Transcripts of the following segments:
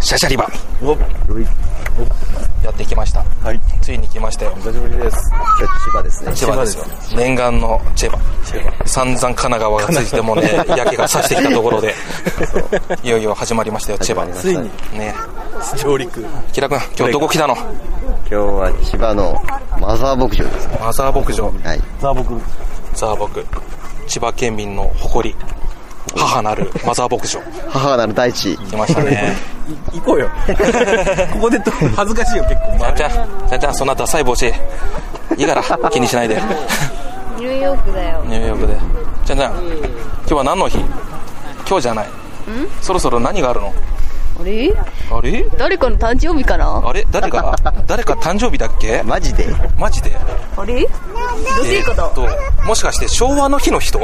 シャシャリバおいやってきましたはいついに来ましたよ久しぶりです千葉ですね千葉ですよ念願のチェバ散々神奈川がついてもねやけがさしてきたところで いよいよ始まりましたよチェバついにね上陸キラ君今日どこ来たの今日は千葉のマザー牧場ですね。マザー牧場はい。ザーボクザー牧千葉県民の誇り母なるマザー牧場母なる大地。来ました ね行こう よここでと恥ずかしいよ結構ちゃんちゃんちゃんちゃんそんなダサい帽子いいから気にしないでニューヨークだよ。 ニューヨークでちゃんちゃん今日は何の日今日じゃないそろそろ何があるのあれあれ誰かの誕生日かなあれ誰か誰か誕生日だっけマジでマジであれどういうえーこっとともしかして昭和の日の人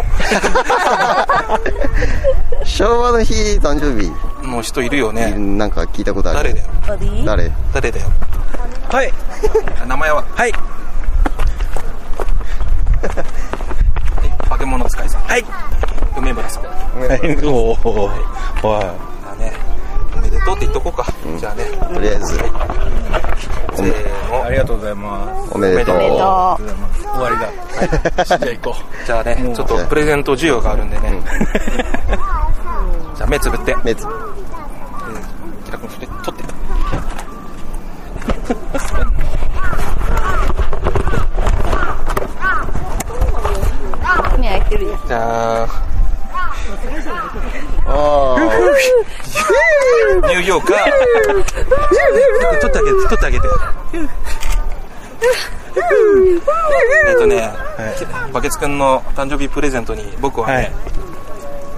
昭和の日、誕生日、の人いるよねなんか聞いたことあ誰る。だよあれ誰誰だよはい名前ははいえ化け物使いさんはい梅村さんはいおおはだねおめでとうって言っとこうか、じゃあねとりあえず、せーいあのりがとうございますおめでとうお。めであありがとうございます終わりだはいじゃあ行こじゃあねちょっとプレゼント需要があるんでね、 じゃあ目つぶってめつ、キラ君それ取って目開いてるよ。じゃあニューヨーカー取ってあげて取ってあげてえっとね、バケツくんの誕生日プレゼントに僕はね、はい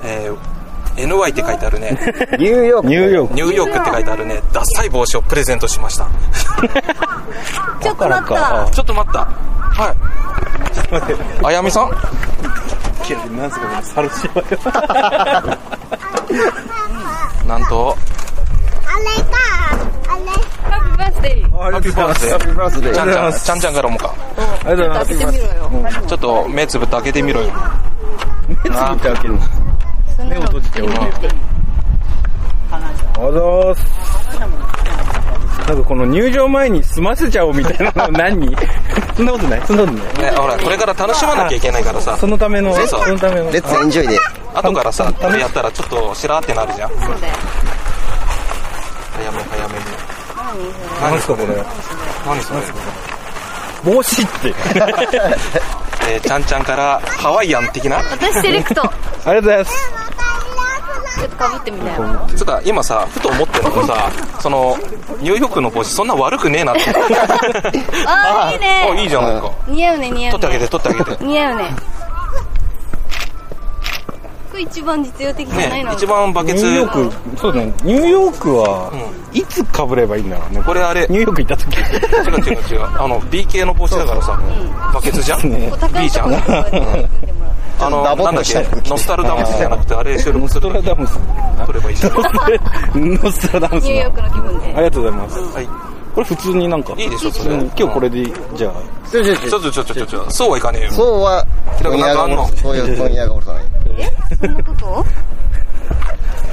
えー NY って書いてあるねニューヨうーク。ニューヨークニューヨークって書いてあるねダッサい帽子をプレゼントしましたちょっと待った。ちょっと待った はいあやみさんなんすかこれ猿芝居なんとあれか、あれ。ハッピーバースデー。ありがとうございますハッピーバースデちゃんちゃんあちゃんちゃんからもかりがとうございま開すけてみろよ。ちょっと目つぶって開けてみろよ目つぶって開ける目を閉じておいでありがとうございますなんかこの入場前に済ませちゃおうみたいなの何 そんなことないそんなことないね、ほらこれから楽しまなきゃいけないからさそのためのそうそうそのためのレッツエンジョイで。後からさこれやったらちょっとしらーってなるじゃんそうだよ。早め早めに何すかこれ何それ帽子 ってえー、ちゃんちゃんからハワイアン的な私セレクト。ちょありがとうございますっと被ってみたよ。つうか今さふと思ってるのがさそのニューヨークの帽子そんな悪くねえなって あー、いいおいね。いじゃんなんか似合うね、似合取うってあげね。て取ってあげて似合うね。これ一番実用的じゃないねの一番バケニュツーヨークそうだねニューヨークはいつかぶればいいんだろうねこれあれニューヨーク行った 時違う違う違うあの B 系の帽子だからさバケツじゃんお高 B いじゃとこんろとかに組んでもらう。あのダボなんっだっとしたけノスタルダムスじゃなくてあれ収録ノすスるトラダムス取ればいいじゃん ノストラダムスニューヨークの気分あで。りがとうございますはいこれ普通になんかいいでしょそれ普通に今日これでじゃあちょちょちちょょ。ちょちょちょちょそうはいかねえよそうは、平子問なん屋かあがんのおる。そういう問屋がおるさない。そんなこと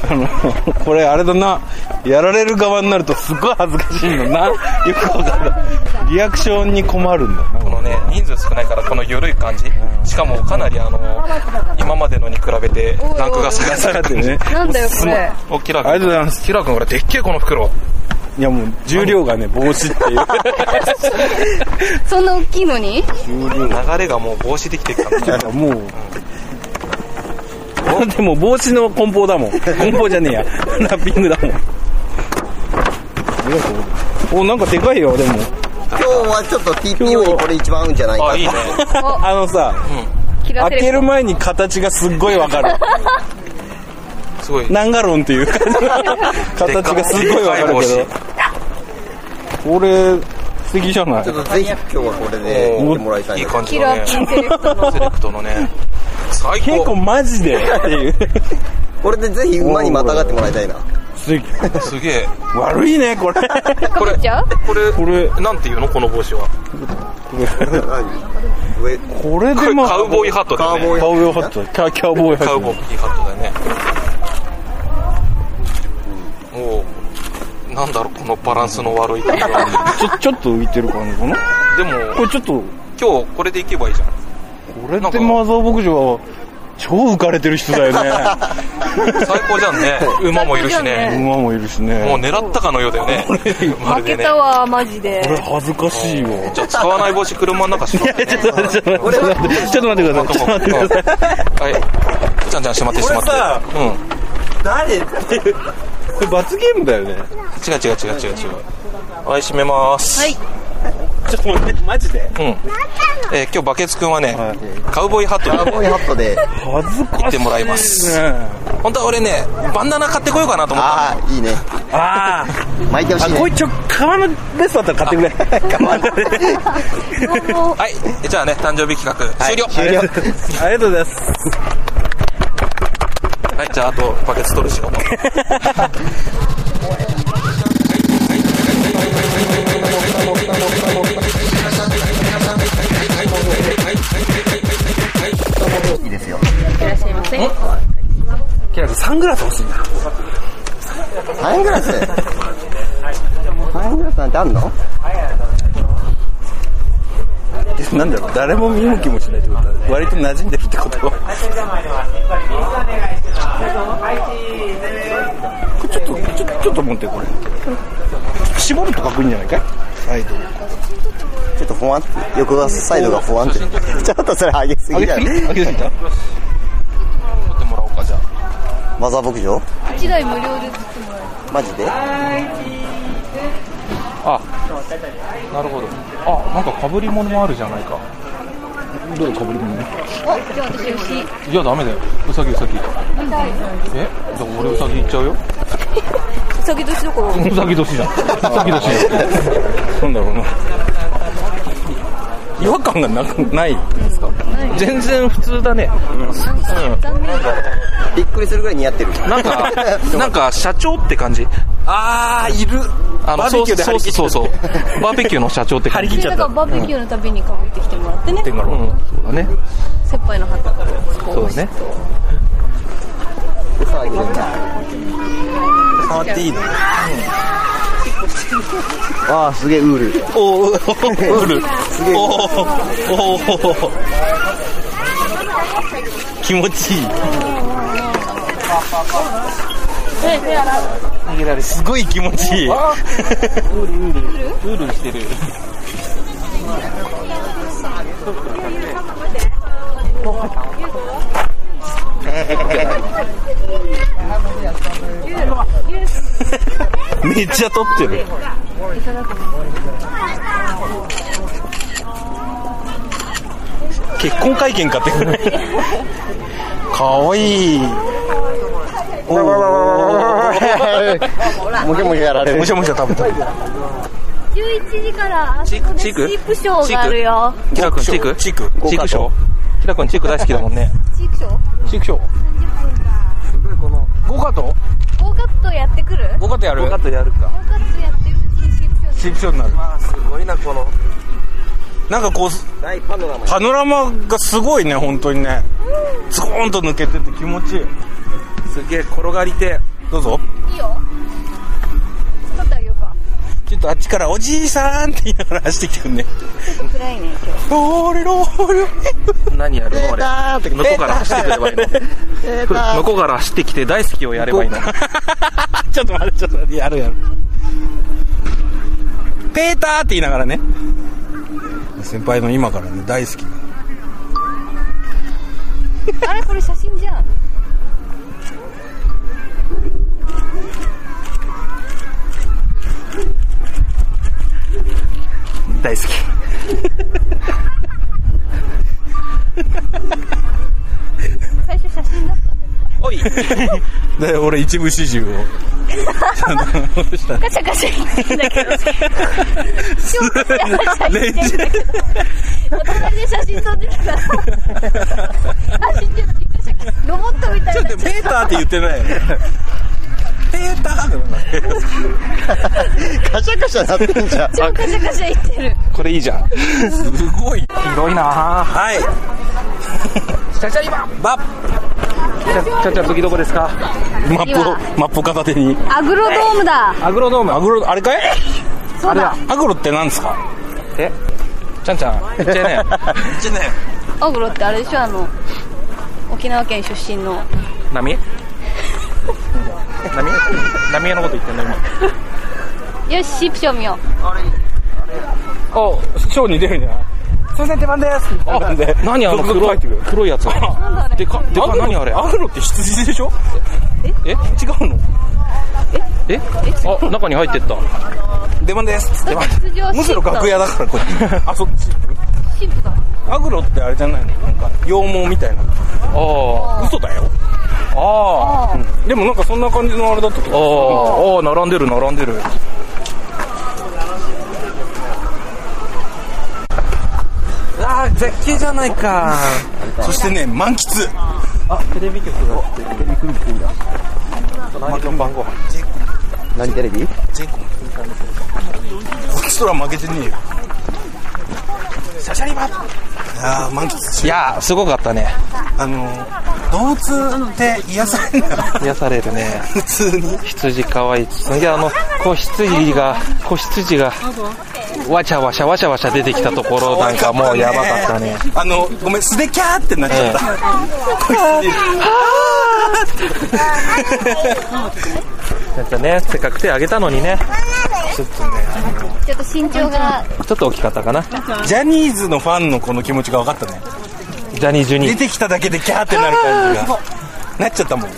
あの、これあれだな、やられる側になるとすっごい恥ずかしいの な。よくわかる。リアクションに困るんだよな。このね人数少ないからこの緩い感じしかもかなりあの今までのに比べてランクが下がされてでね、なんだよ、これ。おキラ君ありがとうございますキラ君これでっけえこの袋いやもう重量がね、帽子っていう。そんな大きいのに流れがもう帽子できてきたんだなんかもう。でも帽子の梱包だもん。梱包じゃねえや。ラッピングだもん。ありがとうございますお、なんかでかいよ、でも。今日はちょっと TPO にこれ一番合うんじゃないかあいいねあのさ、キラセ開けレるク前に形がすっごいわかる。すごいナンガロンっていう感じの形がすごいわかるけでどっ。これ、素敵じゃないちょっとぜひ今日はこれで行ってもらいたいいいな。感ト。じキのラねピンセレクトの。セレクトのね最結構高マジでっていう。これでぜひ馬にまたがってもらいたいな。すげえ悪いね、これ。これ被っちゃうこれこれなんていうのこの帽子は何上、これこでれまあ、カウボーイハットだカウボよーねカウボーイイハット。キャキャウボーイハカウッボト。ーイハットだよねおおなんだろう、このバランスの悪い 感じは。ちょ、ちょっと浮いてる感じかなでも、これちょっと、こ今日これで行けばいいじゃん。れってマザー牧場は、超浮かれてる人だよ ね。最高じゃんね。馬もいるし最高じゃんね。ね馬もいるしもうね。狙ったかのようだよね。まる負でけね。たわ、マジで。これ恥ずかしいわ。じゃあ使わない帽子車の中しまってね。ちょっ と待ってちょっと待ってください。ちょっと待ってください。はい。ちゃんちゃんしまってしまって。俺さうん。誰これ罰ゲームだよね。違う違う違う違う違う。はい、閉めます。はい。ちょっと待ってマジでうん。えー今日バケツくんはね、はいカウボーイハットボーで、イハット で、恥ずかしい。行ってもらいます。本当は俺ね、バンダナ買ってこようかなと思った。ああ、いいね。あー巻いてほあ、しいこいね。つちょ、革のベストだったら買ってくれ。革の。はい。じゃあね、誕生日企画、終了。終了。ありがとうございます。はい、じゃああとバケツ取るしよう。いいですよ。キラ君、サングラス欲しいな。サングラス。サングラスなんてあんのなんだろう、誰も見向きもしないってことだ。割と馴染んでるってことは。これちょっと、ちょっと、ちょっと持って、これ。絞るとかっこいいんじゃないかいサイドにちょっとほわんって、横がサイドがほわんって。ちょっとそれ上げすぎじゃない上げすぎたマザー牧場1台無料 で。マジでなるほど。あ、なんか被り物もあるじゃないか。どれかぶり物お、じゃあ私牛。いや、ダメだよ。うさぎうさぎ。えじゃあ俺うさぎ行っちゃうよ。うさぎ年どころ。うさぎ年じゃん。うさぎ年じゃん。なんだろうな。違和感がなくないですか全然普通だね。残念。びっくりするぐらい似合ってる。なんか、なんか社長って感じ。あー、いる。あの、バーベキューで張り切っそうそうそうそう。バーベキューの社長って感じ。張り切っそれだからバーベキューのたびにかぶってきてもらってね。うん、そうだね。切羽の旗から。そうだね。触っていいのああ、すげえウール。おお、ウール。おお、おお。気持ちいい。すごい気持ちいい。ウールウール。ウールしてる。めっちゃ撮ってる。結婚会見かってくらい。かわいい。おお。もけもけやられるむし。ゃむしゃ食べた。 11時からあそこでチークスリップショーがあるよ。キラ君、チークチークチークショーキラ君、チーク大好きだもんね。チークショーチークショーゴカトゴーカットやってくるゴカトやるゴカトやるか。ゴーカットやってるうちにチチークショーークショーになる。すごいなこのなんかこう、大パノラマパノラマがすごいね、本当にね。ズコーンと抜けてて気持ちいい。すげえ転がりてどうぞ。いいよ撮ってあげようかちょっとあっちからおじいさんって言いながら走ってきてくんね。ちょっと暗いね今日ローレローレ。何やるの俺。向こうから走ってくればいいの。向こうから走ってきて大好きをやればいいの。ちょっと待って、ちょっと待って、やるやる。ペーターって言いながらね。先輩の今からね、大好き。あれこれ写真じゃん大好き。最初写真だったおいで、俺一部始終を。ガシャガシャ言ってんだけど超レンガシャガシャ言ってんだけどお互いで写真撮ってたから走ってるのにガシャガシャロボットみたいちょにっなっとちゃペっーターって言ってないよね。ペーターってカシャカシャなってんじゃん。た超ガシャガシャ言ってるこれいいじゃん。すごい。広いなはい。シャシャリババッちゃちゃ次どこですかマップをマップ片手にアグロドームだアグロドームアグロあれかいそうだアグロって何ですかえちゃんちゃん言っちゃいなよアグロってあれでしょあの沖縄県出身の波波波江のこと言ってんの今よしシープショー見よおショーに出るんじゃないすいません出番ですあ何あの続々黒入いってくる黒いやつでかでか何あれアグロって羊でしょえ違うのええあ中に入ってった出番ですう出場むシしーろプだ楽屋だからこ っちあそっちシープだアグロってあれじゃないのなんか羊毛みたいなあ嘘だよあああでもなんかそんな感じのあれだったとあ思うーあー並んでる並んでるあー絶景じゃないかそしてね満喫何テレビ全国こっちとら負けてねえよシャシャリバああ満喫いやーすごかったねあのー動物で癒される癒されるね普通に羊かわいいですねであの子羊が子羊がわちゃわちゃわちゃわちゃ出てきたところなんかもうやばかったねあのごめん素でキャーってなっちゃった、なんかねせっかく手あげたのにねちょっと身長がちょっと大きかったかなジャニーズのファンのこの気持ちが分かったねジャニージュニ出てきただけでキャーってなる感じがなっちゃったもんし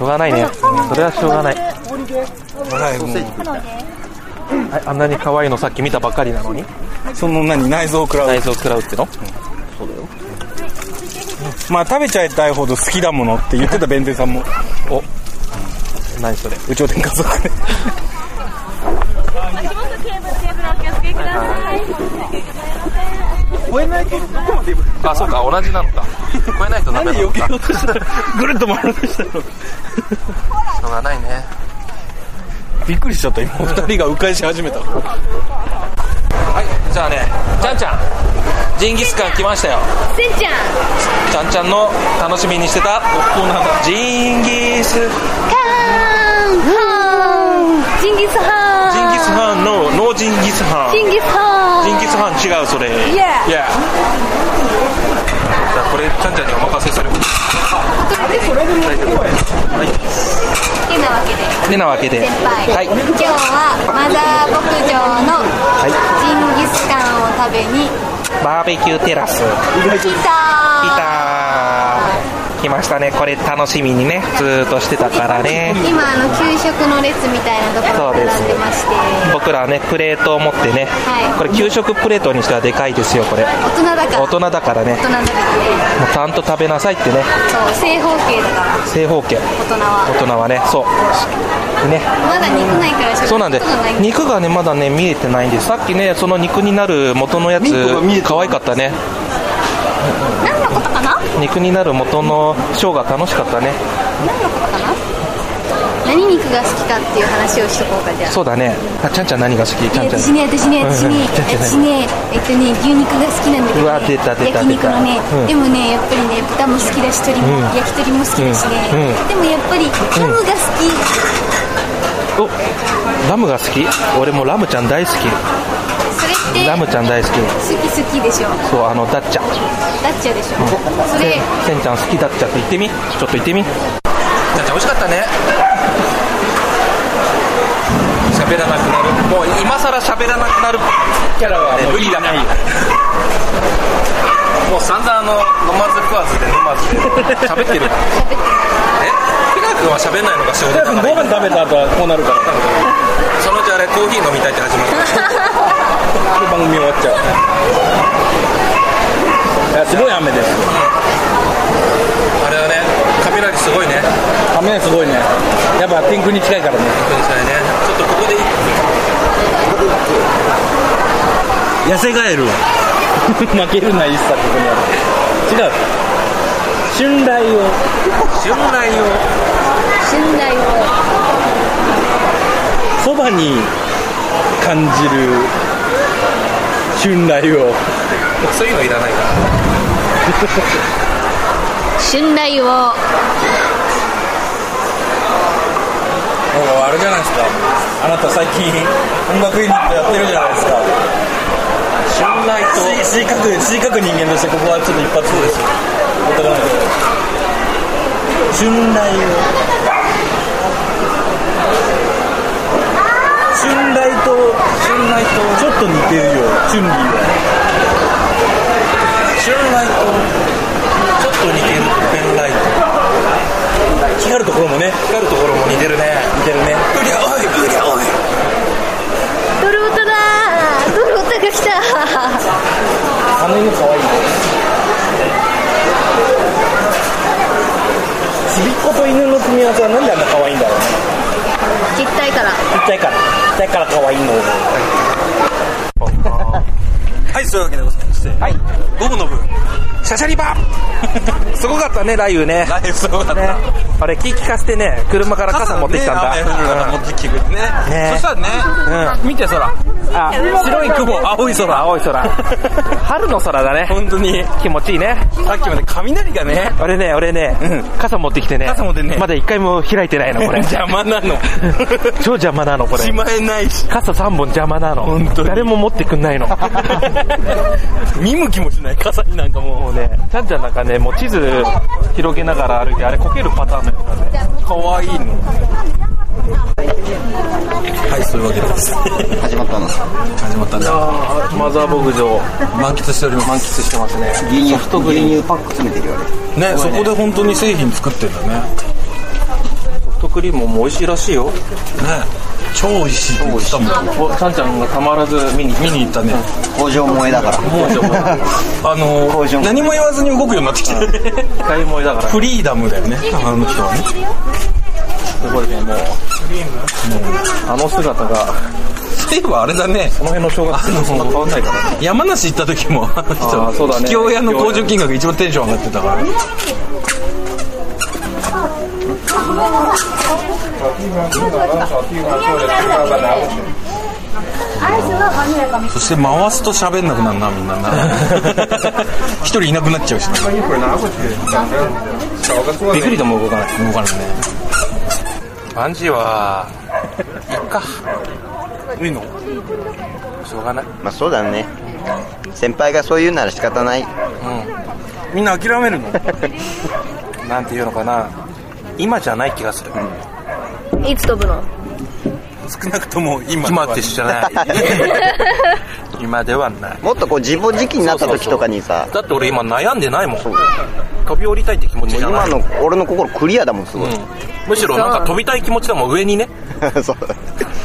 ょうがないねそれはしょうがないはいもああんなに可愛いのさっき見たばかりなのにうその何内臓を食らう内臓食らうってのまあ食べちゃいたいほど好きだものって言ってた弁天さんもお何それ有頂天家族であそうか同じなのか超えないとダメなのかなんで避けようとしたぐるっと回るとしたのしょうがないねびっくりしちゃった今二人が迂回し始めたはいじゃあねちゃんちゃんジンギスカン来ましたよせんちゃんちゃんちゃんの楽しみにしてたジンギスジンギカーンジンギスハーンスハンのノージンギスハンジンギスハーンジンギスハン違うそれ Yeah じゃあこれちゃんちゃんにお任せするてなわけでてなわけで先はい輩、今日はマザー牧場のジンギスカンを食べにバーベキューテラス来来たた来ましたねこれ楽しみにねずーっとしてたからね今あの給食の列みたいなところに並んでまして僕らはねプレートを持ってね、はいこれ給食プレートにしてはでかいですよこれ大人だから大人だからね大人だからねもうちゃんと食べなさいってねそう正方形だから正方形大人大は人はねそうねまだ肉ないからしかそうなんでことがない肉がねまだね見えてないんですさっきねその肉になる元のやつ可愛かったね何のことかな肉になる元のショーが楽しかったね何のことかな何肉が好きかっていう話をしとこうかじゃあそうだねあちゃんちゃん何が好きちゃんちゃ私んね私ね私うねん うん私ねえっとね牛肉が好きなんだけど、ね、うわ出た出た焼肉の出ねたうんでもねやっぱりね豚も好きだし鶏も、焼き鳥も好きだしね、うでもやっぱりハムが好おき、ラムが好き俺もラムちゃん大好きそれってラムちゃん大好き好き好きでしょそうあのダッチャダッチャでしょ、それせんちゃん好きダッチャって言ってみちょっと言ってみダッチャ美味しかったね喋らなくなるもう今更喋らなくなるキャラは無理だないよもう散々あの飲まず食わずで飲まずで喋ってる喋ってるえピカ君は喋んないのが仕事だからご飯食べた後はこうなるからそのうちあれコーヒー飲みたいって始まるこの番組終わっちゃういやすごい雨ですあれはね雷すごいね雨すごいねやっぱ天空に近いからね本当にそれねちょっとここで痩せガエル 負けるな一切ここにある違う春雷を春雷を信頼をそばに感じる春雷をそういうのいらないから信頼をあれじゃないですかあなた最近音楽ユニットやってるじゃないですか信頼と追加く追加く人間としてここはちょっと一発ですよ持ってかないと信頼を信頼と信頼とちょっと似てるよチュンリーは信頼とちょっと似てるペンライト光るところもね光るところも似てるね似てるねうりゃおいうりゃおいドルオタだドルオタが来たあの犬かわいいちびっこと犬の組み合わせはなんであんな可愛いんだろうねちっちゃいからちっちゃいからちっちゃいから可愛いのはい、そういうわけでございまして、はい、午後の部、シャシャリバ すごかったね、雷雨 ね。ライブすごかった。ねあれ、気利かせてね、車から傘持ってきたんね雨降るからだ。持ってきてくれてね。ねそしたらね、見て空。あ、白い雲、青い空、青い空。 春の空だね。本当に、気持ちいいね。さっきまで雷がね、俺ね、俺ね、傘持ってきてね。傘持ってねまだ一回も開いてないの、これ。邪魔なの。超邪魔なの、これし。まえないし、傘3本邪魔なの。本当に誰も持ってくんないの。見向きもしない傘になんかももうね、ちゃんちゃんなんかね、もう地図広げながら歩いて、あれこけるパターンだよね。う、かわいいの。はい、そういうわけでございまして始まったの始まったんで、ああ、マザー牧場。満喫しております。満喫してますね。牛乳太牛乳パック詰めてるよあれね、そこで本当に製品作ってんだね。ソフトクリームも美味しいらしいよ。ね、超美味しいって言ってたもん。お、ちゃんちゃんがたまらず見に来見に行ったね。工場萌えだからもうあの工場何も言わずに動くようになってきてるた買い物だから。フリーダムだよね あの人はねすごいね、もう。あの姿が、例えばあれだねこの辺の正月とそんな変わんないからね。山梨行った時もああのーそうだ人ね桔梗屋の工場金額一番テンション上がってたからそして回すと喋んなくなるなみんなな一人いなくなっちゃうしなびっくりとも動かない。動かないねバンジーは、いっか。いいのしょうがない。まあそうだね先輩がそう言うなら仕方ないみんな諦めるのなんていうのかな。今じゃない気がする。いつ飛ぶの少なくとも今今ってじゃない。 今ではない。もっとこう自暴自棄になった時とかにさだって俺今悩んでないもん。飛び降りたいって気持ちじゃな今い。の俺の心クリアだもんすごい、むしろなんか飛びたい気持ちだもん、上にね。 そ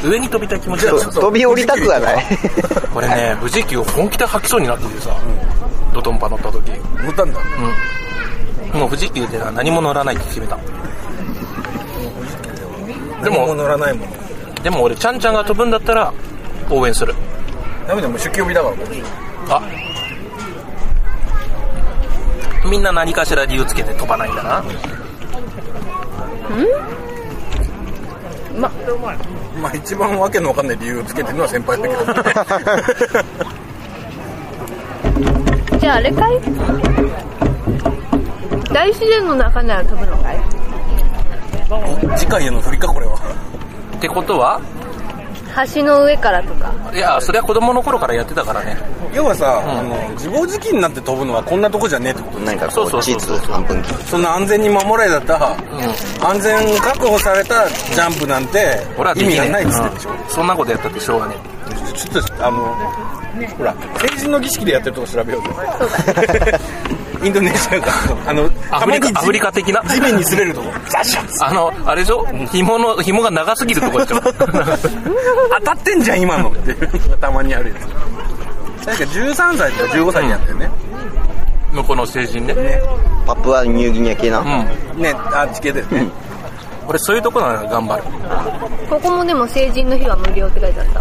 う上に飛びたい気持ちだもん。飛び降りたくはないこれね、富士急を本気で吐きそうになっててさ、ドトンパ乗った時。乗ったんだもう富士急では何も乗らないって決めた。でもうも、乗らないものでも俺、ちゃんちゃんが飛ぶんだったら、応援する。ダメだよもう酒気帯びだからあみんな何かしら理由つけて飛ばないんだな。まあ一番わけのわかんない理由をつけてるのは先輩だけどじゃああれかい大自然の中なら飛ぶのかい次回への振りかこれはってことは橋の上からとかいや、それは子供の頃からやってたからね。要はさ、あの自暴自棄になって飛ぶのはこんなとこじゃねえってことなんかこそううそチうーそうズ半分切るそんな安全に守られた、安全確保されたジャンプなんて俺はで意きね味えがないっつってんでしょ、うんそんなことやったってしょうがねちょっとあのほら成人の儀式でやってるとこ調べようぜ インドネシアがあのアフリカアフリカ的な地面に擦れるとこザシャッえ。あの、あれでしょ紐の、紐が長すぎるとこ でしょ当たってんじゃん今のっていうのがたまにあるやつなんか13歳とか15歳になったよね、向こうの成人ね。パプアニューギニア系な、うん。ねあ地形だよね、俺そういうとこなら頑張る。ここもでも成人の日は無料って書いてあった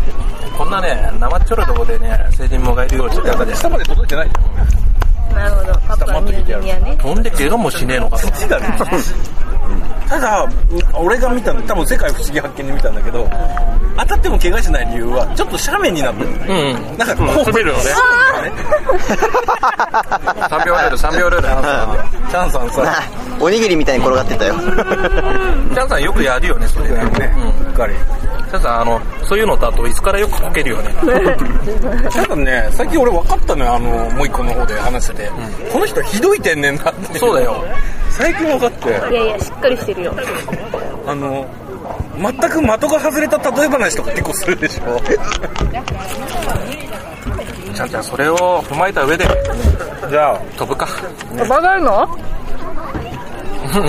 こんなね、生っちょろいとこでね、成人もがいるようにして中で、下まで届いてないじゃんなるほどパプアニューギニアね 飛んで怪我もしねえのかと。だねただ俺が見たの多分世界不思議発見で見たんだけど当たっても怪我しない理由はちょっと斜面になってる、うん、なんかこう滑る よね3秒ルール、3秒ルール。チャンさんさ おにぎりみたいに転がってたよ。チャンさんよくやるよね、それね。うっかりチャンさん、あの、そういうのとあと、椅子からよくこけるよね。ただね最近俺分かったのよあのもう一個の方で話してて、この人ひどい天然だってそうだよ。最近分かっていやいやしっかりしてるよあの全く的が外れた例え話とか結構するでしょちゃんちゃん、それを踏まえた上でじゃあ飛ぶか。バカるの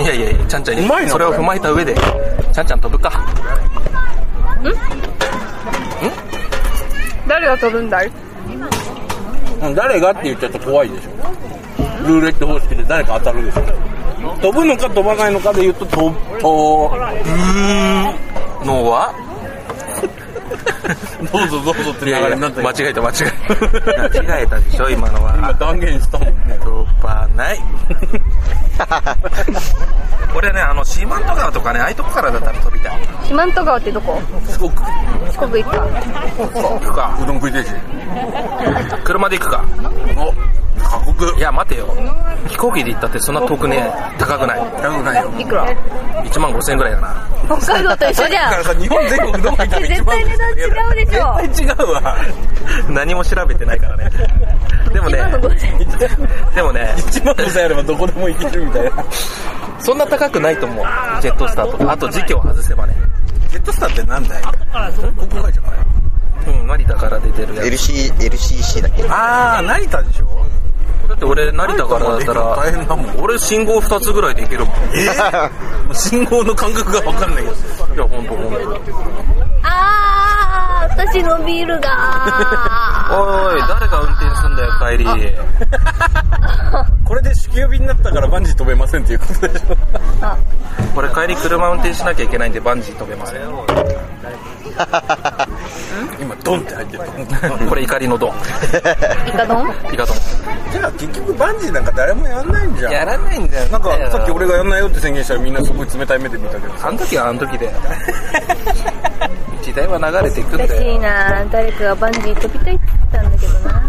いやいやいや、ちゃんちゃん、うまいなそれを踏まえた上で、ちゃんちゃん飛ぶか。誰が飛ぶんだいうん誰がって言っちゃうと怖いでしょルーレット方式で誰か当たるでしょ飛ぶのか飛ばないのかで言うと飛ぶとのはどうぞどうぞってい流やいれや、になったけど間違えた、間違 えた。間違えたでしょ、今のは。今断言したもんね飛ば ない。俺ね、あの、四万十川とかね、ああいうとこからだったら飛びたい。四万十川ってどこすごく四国行くか行くか。うどん食いてえし車で行くか。お過酷いや、待てよ。飛行機で行ったってそんな遠くね、高くない。高くないよいくら1万5千円ぐらいだな。北海道と一緒じだかゃんらさ日本全国どこ行ったら一絶番対値段違うでしょ絶対違うわ何も調べてないからね。でもね、今のごめんでもね、一万5千あればどこでも行けるみたいなそんな高くないと思う。ジェットスターとか。あと時期を外せばね。ジェットスターってなんだい航空会社かようん、成田から出てるやつ。 LC、LCC だっけああ成田でしょだって俺、成田からだったら、大変だもん俺信号2つぐらいで行けるもん。い信号の感覚が分かんないけどや、ほんとほんと。あー私のビールがおい、誰が運転すんだよ、帰り。 これで酒気帯びになったからバンジー飛べませんっていうことでしょこれ帰り車運転しなきゃいけないんで、バンジー飛べません。今ドンって入ってるこれ怒りのドン。イカ丼イカドン。じゃあ結局バンジーなんか誰もやんないんじゃんらないんだよ。なんかさっき俺がやんないよって宣言したらみんなすごい冷たい目で見たけどあの時はあの 時で時代は流れていくん嬉だしいよな誰かがバンジー飛びたいって言ってたんだけどな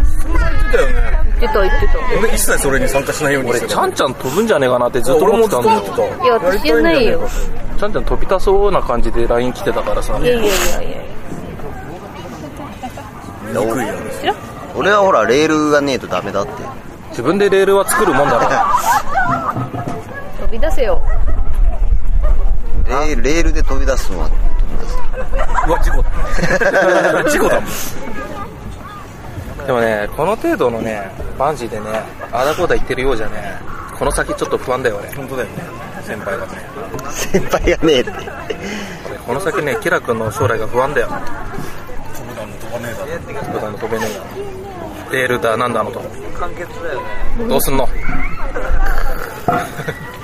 だよね言ってた言ってた俺一切それに参加しないようにし俺てちたゃんちゃん飛ぶんじゃねえかなってずっと思ってたんだよいや私じゃないよちゃんちゃん飛びたそうな感じで LINE 来てたからさいやいやいやいや憎いよ俺はほら、レールがねえとダメだって。自分でレールは作るもんだ ろ飛び出せよレールレールで飛び出すのは。うわ事故だ事故だもんでもねこの程度のねバンジーでねあだこうだ言ってるようじゃねこの先ちょっと不安だよ俺本当だよね先輩がね先輩がねえって。俺この先ねキラ君の将来が不安だよ飛ぶだの飛ばねえだ普段の飛べねえよレールだなんだあのとどうすんの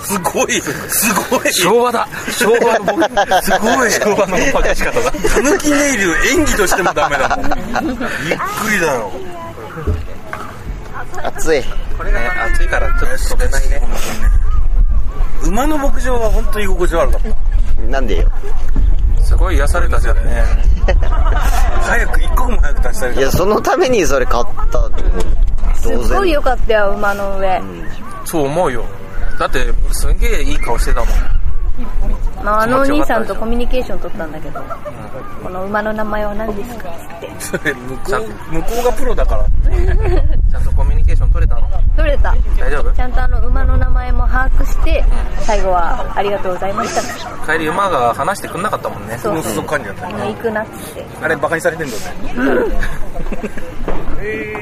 すごいすごい昭和だ昭和の僕すごい昭和のパケ仕方だたぬきネイル演技としてもダメだもんびっくりだよ暑い。ね、暑いからちょっと飛べないね。馬の牧場は本当に居心地悪かったなんでよ。すごい癒されたじゃんね。早く一刻も早く出したいいや、そのためにそれ買ったってこと。す当ごい然。良かったよ馬の上そう思うよ。だって、すんげえいい顔 してたもん。まあ、あのお兄さんとコミュニケーション取ったんだけど、この馬の名前は何ですかってそれ向こう向こうがプロだから ちゃんとコミュニケーション取れたの取れた大丈ちゃんとあの馬の名前も把握して最後は「ありがとうございました夫帰り馬が話してくんなかったもんね」。そうのそそ感じだったあねの行くな」っつってあれ馬鹿にされてんだよね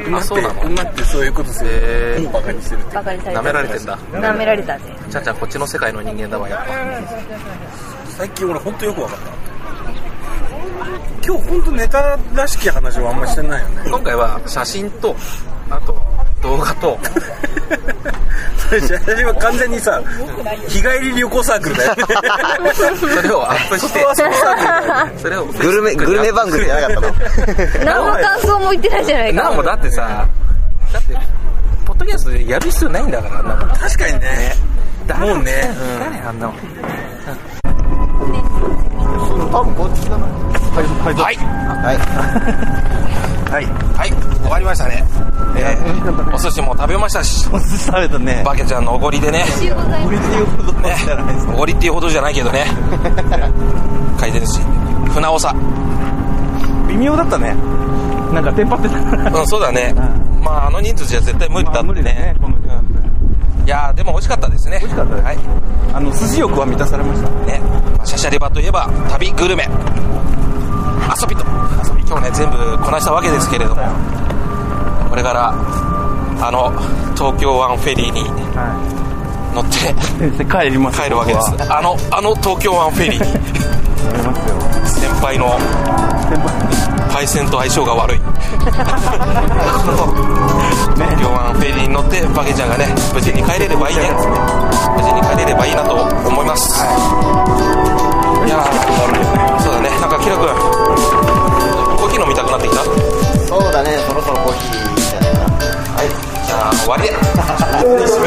馬あそうなのって馬ってそういうことするえー、馬鹿にするってバカにされた舐められてんだ。舐められたぜちゃんちゃんこっちの世界の人間だわ、やっぱ。最近俺本当よく分かった今日本当ネタらしき話はあんましてないよね 今回は写真と、あと、動画と、それ私は完全にさ日帰り旅行サークルだよねそれをアップして、それを、グルメ、グルメ番組じゃなかったの何の感想も言ってないじゃないなかんもだってさ、だって、ポッドキャストでやる必要ないんだから、あんなもん。確かにねもうね誰あんなもん。多分こっちだな。はい。はい。はい。はい。終わりましたね。えーお寿司も食べましたし、お寿司食べたね。バケちゃんのおごりでね、美味しいございます。っていうことねじゃないです、おごりっていうほどじゃないけどね、回転寿司、船尾さ、微妙だったね。なんかテンパってたから。うん、そうだね。まあ、あの人数じゃ絶対無理だまあって無理だねね。、この時間帯いやーでも美味しかったですね。美味しかったですはい。あの、寿司欲は満たされました。ね、まあシャシャリバといえば旅グルメ遊びと遊び今日ね全部こなしたわけですけれどもこれからあの東京湾フェリーに乗って帰ります。帰るわけですあのあの東京湾フェリーに先輩のパイセンと相性が悪い東京湾フェリーに乗ってバケちゃんがね無事に帰れればいいね無事に帰れればいいなと思います、い、やーそうだねなんかキラ君コーヒー飲みたくなってきたは そうだね、そろそろコーヒーみたいな。いじゃあ終わり